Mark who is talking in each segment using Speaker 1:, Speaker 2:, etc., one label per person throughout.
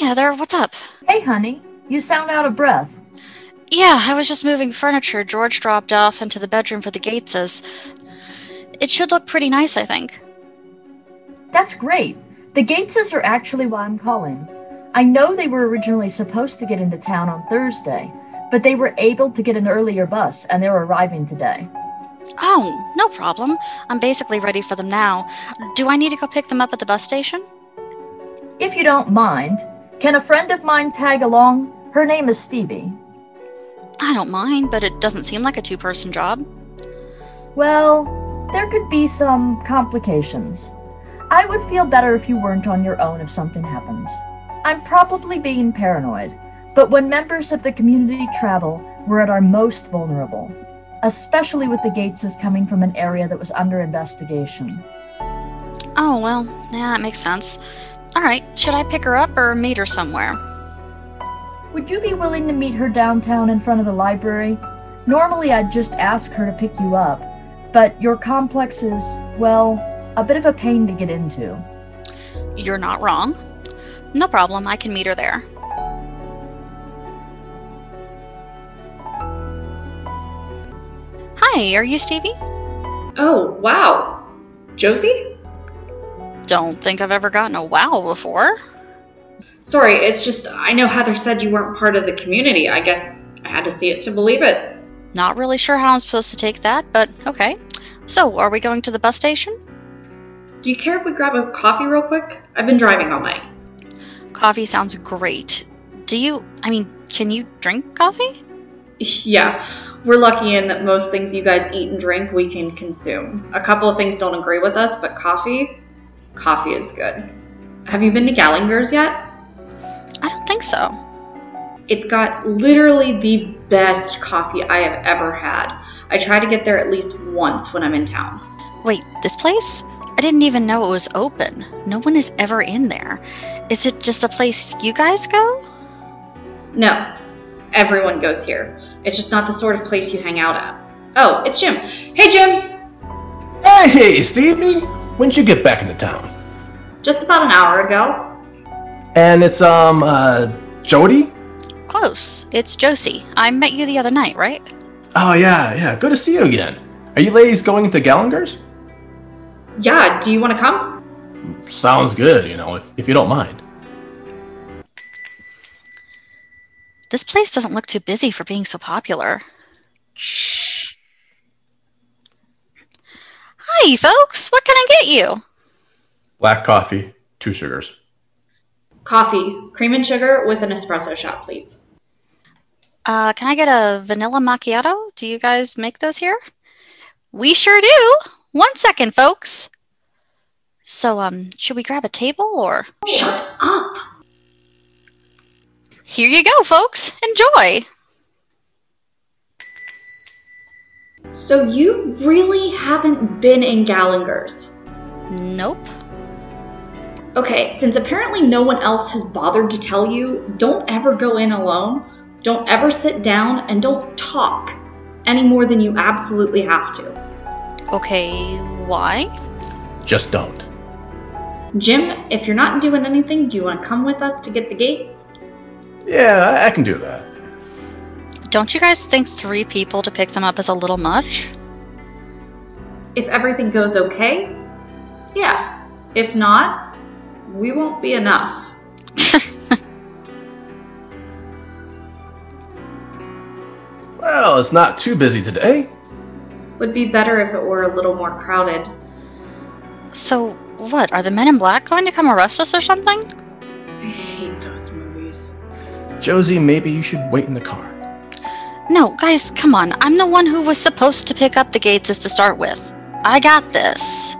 Speaker 1: Heather, what's up?
Speaker 2: Hey, honey, you sound out of breath.
Speaker 1: Yeah, I was just moving furniture George dropped off into the bedroom for the Gateses. It should look pretty nice, I think.
Speaker 2: That's great. The Gateses are actually why I'm calling. I know they were originally supposed to get into town on Thursday, but they were able to get an earlier bus and they're arriving today.
Speaker 1: Oh, no problem. I'm basically ready for them now. Do I need to go pick them up at the bus station?
Speaker 2: If you don't mind, can a friend of mine tag along? Her name is Stevie.
Speaker 1: I don't mind, but it doesn't seem like a two person job.
Speaker 2: Well, there could be some complications. I would feel better if you weren't on your own if something happens. I'm probably being paranoid, but when members of the community travel, we're at our most vulnerable, especially with the Gateses coming from an area that was under investigation.
Speaker 1: Oh, well, yeah, that makes sense. All right, should I pick her up or meet her somewhere?
Speaker 2: Would you be willing to meet her downtown in front of the library? Normally, I'd just ask her to pick you up, but your complex is, well, a bit of a pain to get into.
Speaker 1: You're not wrong. No problem, I can meet her there. Hi, are you Stevie?
Speaker 3: Oh, wow. Josie?
Speaker 1: Don't think I've ever gotten a wow before.
Speaker 3: Sorry, it's just I know Heather said you weren't part of the community. I guess I had to see it to believe it.
Speaker 1: Not really sure how I'm supposed to take that, but okay. So, are we going to the bus station?
Speaker 3: Do you care if we grab a coffee real quick? I've been driving all night.
Speaker 1: Coffee sounds great. Do you, I mean, can you drink coffee?
Speaker 3: Yeah, we're lucky in that most things you guys eat and drink we can consume. A couple of things don't agree with us, but coffee, coffee is good. Have you been to Gallinger's yet?
Speaker 1: I don't think so.
Speaker 3: It's got literally the best coffee I have ever had. I try to get there at least once when I'm in town.
Speaker 1: Wait, this place? I didn't even know it was open. No one is ever in there. Is it just a place you guys go?
Speaker 3: No, everyone goes here. It's just not the sort of place you hang out at. Oh, it's Jim. Hey, Jim!
Speaker 4: Hey, Stevie! When'd you get back into town?
Speaker 3: Just about an hour ago.
Speaker 4: And it's, um, uh, Jody?
Speaker 1: Close. It's Josie. I met you the other night, right?
Speaker 4: Oh, yeah, yeah. Good to see you again. Are you ladies going to Gallinger's?
Speaker 3: Yeah, do you want to come?
Speaker 4: Sounds good, you know, if, if you don't mind.
Speaker 1: This place doesn't look too busy for being so popular.
Speaker 3: Shh.
Speaker 1: Hi, folks. What can I get you?
Speaker 4: Black coffee, two sugars.
Speaker 3: Coffee, cream and sugar with an espresso shot, please.
Speaker 1: Uh, can I get a vanilla macchiato? Do you guys make those here? We sure do. One second, folks. So, um, should we grab a table or?
Speaker 3: Shut up!
Speaker 1: Here you go, folks. Enjoy.
Speaker 3: So you really haven't been in Gallinger's.
Speaker 1: Nope.
Speaker 3: Okay, since apparently no one else has bothered to tell you, don't ever go in alone, don't ever sit down, and don't talk any more than you absolutely have to.
Speaker 1: Okay, why?
Speaker 4: Just don't.
Speaker 3: Jim, if you're not doing anything, do you want to come with us to get the gates?
Speaker 4: Yeah, I, I can do that.
Speaker 1: Don't you guys think three people to pick them up is a little much?
Speaker 3: If everything goes okay, yeah. If not, we won't be enough.
Speaker 4: Well, it's not too busy today.
Speaker 3: Would be better if it were a little more crowded.
Speaker 1: So, what? Are the men in black going to come arrest us or something?
Speaker 3: I hate those movies.
Speaker 4: Josie, maybe you should wait in the car.
Speaker 1: No, guys, come on. I'm the one who was supposed to pick up the Gateses to start with. I got this.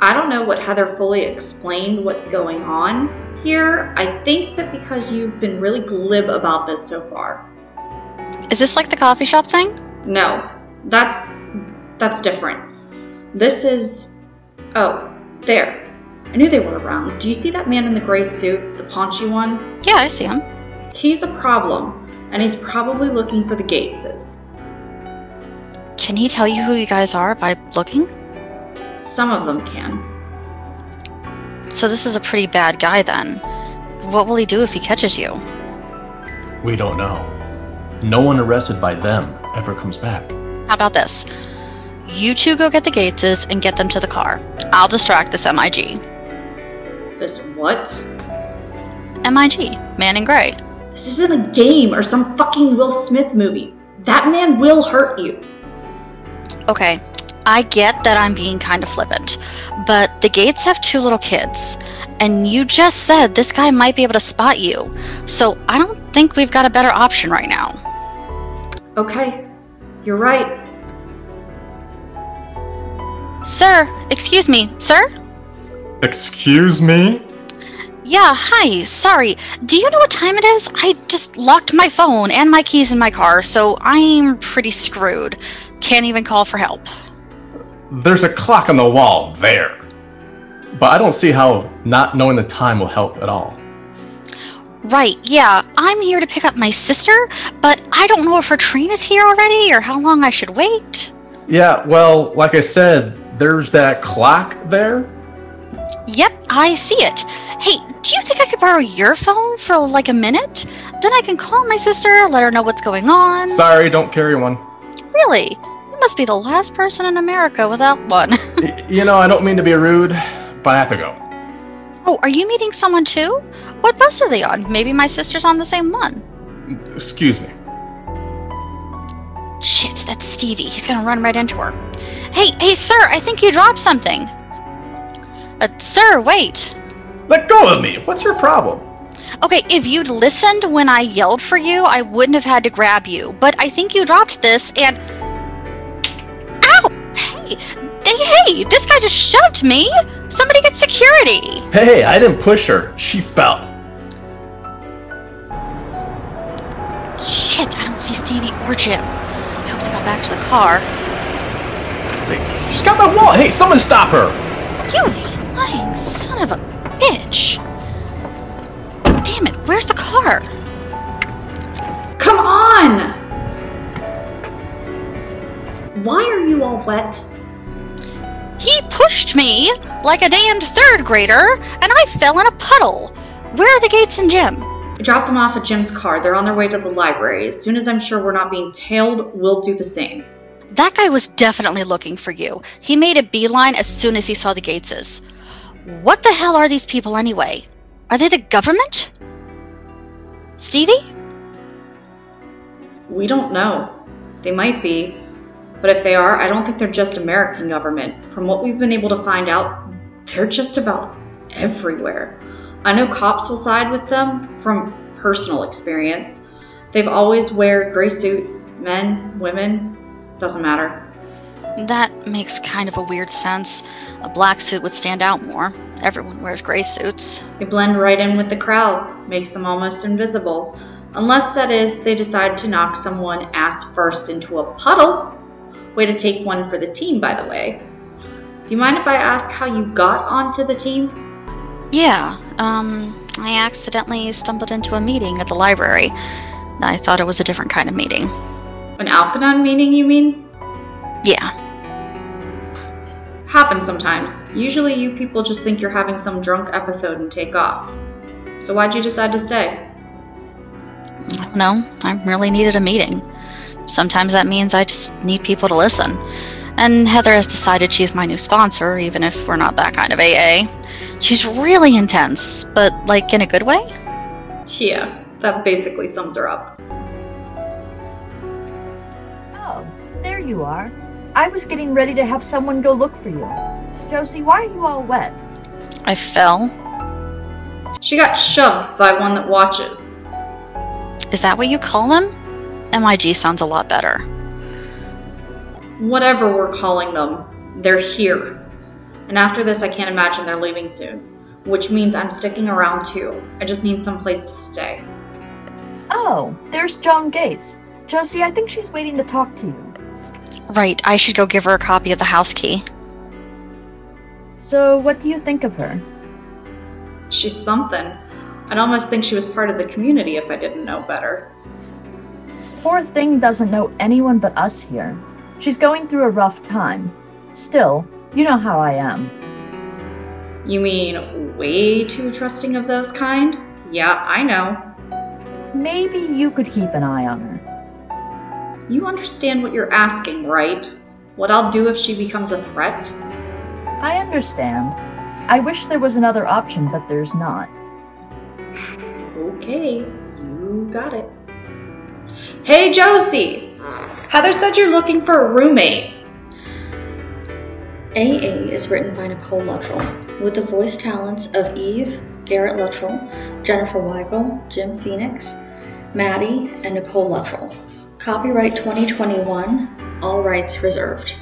Speaker 3: I don't know what Heather fully explained what's going on here. I think that because you've been really glib about this so far.
Speaker 1: Is this like the coffee shop thing?
Speaker 3: No, that's that's different. This is oh, there. I knew they were around. Do you see that man in the gray suit, the paunchy one?
Speaker 1: Yeah, I see him.
Speaker 3: He's a problem, and he's probably looking for the Gateses.
Speaker 1: Can he tell you who you guys are by looking?
Speaker 3: Some of them can.
Speaker 1: So, this is a pretty bad guy then. What will he do if he catches you?
Speaker 4: We don't know. No one arrested by them ever comes back.
Speaker 1: How about this? You two go get the Gateses and get them to the car. I'll distract this MIG.
Speaker 3: This what?
Speaker 1: MIG, man in gray.
Speaker 3: This isn't a game or some fucking Will Smith movie. That man will hurt you.
Speaker 1: Okay, I get that I'm being kind of flippant, but the Gates have two little kids, and you just said this guy might be able to spot you, so I don't think we've got a better option right now.
Speaker 3: Okay, you're right.
Speaker 1: Sir, excuse me, sir?
Speaker 5: Excuse me?
Speaker 1: Yeah, hi, sorry. Do you know what time it is? I just locked my phone and my keys in my car, so I'm pretty screwed. Can't even call for help.
Speaker 4: There's a clock on the wall there. But I don't see how not knowing the time will help at all.
Speaker 1: Right, yeah, I'm here to pick up my sister, but I don't know if her train is here already or how long I should wait.
Speaker 4: Yeah, well, like I said, there's that clock there.
Speaker 1: Yep, I see it. Hey, do you think I could borrow your phone for like a minute? Then I can call my sister, let her know what's going on.
Speaker 4: Sorry, don't carry one.
Speaker 1: really? You must be the last person in America without one.
Speaker 4: Y- you know, I don't mean to be rude, but I have to go.
Speaker 1: oh, are you meeting someone too? What bus are they on? Maybe my sister's on the same one.
Speaker 4: Excuse me.
Speaker 1: Shit, that's Stevie. He's gonna run right into her. Hey, hey, sir, I think you dropped something. Uh, sir, wait.
Speaker 4: Let go of me. What's your problem?
Speaker 1: Okay, if you'd listened when I yelled for you, I wouldn't have had to grab you. But I think you dropped this and. Ow! Hey! They, hey! This guy just shoved me! Somebody get security!
Speaker 4: Hey, I didn't push her. She fell.
Speaker 1: Shit, I don't see Stevie or Jim. I hope they got back to the car.
Speaker 4: Hey, She's got my wallet. Hey, someone stop her.
Speaker 1: You lying son of a bitch! Damn it, where's the car?
Speaker 3: Come on! Why are you all wet?
Speaker 1: He pushed me like a damned third grader, and I fell in a puddle. Where are the gates and Jim?
Speaker 3: I dropped them off at Jim's car. They're on their way to the library. As soon as I'm sure we're not being tailed, we'll do the same.
Speaker 1: That guy was definitely looking for you. He made a beeline as soon as he saw the Gateses. What the hell are these people anyway? Are they the government? Stevie?
Speaker 3: We don't know. They might be. But if they are, I don't think they're just American government. From what we've been able to find out, they're just about everywhere. I know cops will side with them from personal experience. They've always wear gray suits, men, women, doesn't matter.
Speaker 1: That makes kind of a weird sense. A black suit would stand out more. Everyone wears gray suits.
Speaker 3: They blend right in with the crowd, makes them almost invisible. Unless that is, they decide to knock someone ass first into a puddle. Way to take one for the team, by the way. Do you mind if I ask how you got onto the team?
Speaker 1: Yeah, um, I accidentally stumbled into a meeting at the library. I thought it was a different kind of meeting.
Speaker 3: An Alkanon meeting, you mean?
Speaker 1: Yeah,
Speaker 3: Happens sometimes. Usually you people just think you're having some drunk episode and take off. So why'd you decide to stay?
Speaker 1: I don't know. I really needed a meeting. Sometimes that means I just need people to listen. And Heather has decided she's my new sponsor, even if we're not that kind of AA. She's really intense, but like in a good way?
Speaker 3: Yeah, that basically sums her up.
Speaker 2: Oh, there you are. I was getting ready to have someone go look for you. Josie, why are you all wet?
Speaker 1: I fell.
Speaker 3: She got shoved by one that watches.
Speaker 1: Is that what you call them? MIG sounds a lot better.
Speaker 3: Whatever we're calling them, they're here. And after this, I can't imagine they're leaving soon, which means I'm sticking around too. I just need some place to stay.
Speaker 2: Oh, there's Joan Gates. Josie, I think she's waiting to talk to you.
Speaker 1: Right, I should go give her a copy of the house key.
Speaker 2: So, what do you think of her?
Speaker 3: She's something. I'd almost think she was part of the community if I didn't know better.
Speaker 2: Poor thing doesn't know anyone but us here. She's going through a rough time. Still, you know how I am.
Speaker 3: You mean way too trusting of those kind? Yeah, I know.
Speaker 2: Maybe you could keep an eye on her.
Speaker 3: You understand what you're asking, right? What I'll do if she becomes a threat?
Speaker 2: I understand. I wish there was another option, but there's not.
Speaker 3: Okay, you got it. Hey, Josie! Heather said you're looking for a roommate.
Speaker 1: AA is written by Nicole Luttrell, with the voice talents of Eve, Garrett Luttrell, Jennifer Weigel, Jim Phoenix, Maddie, and Nicole Luttrell. Copyright 2021, all rights reserved.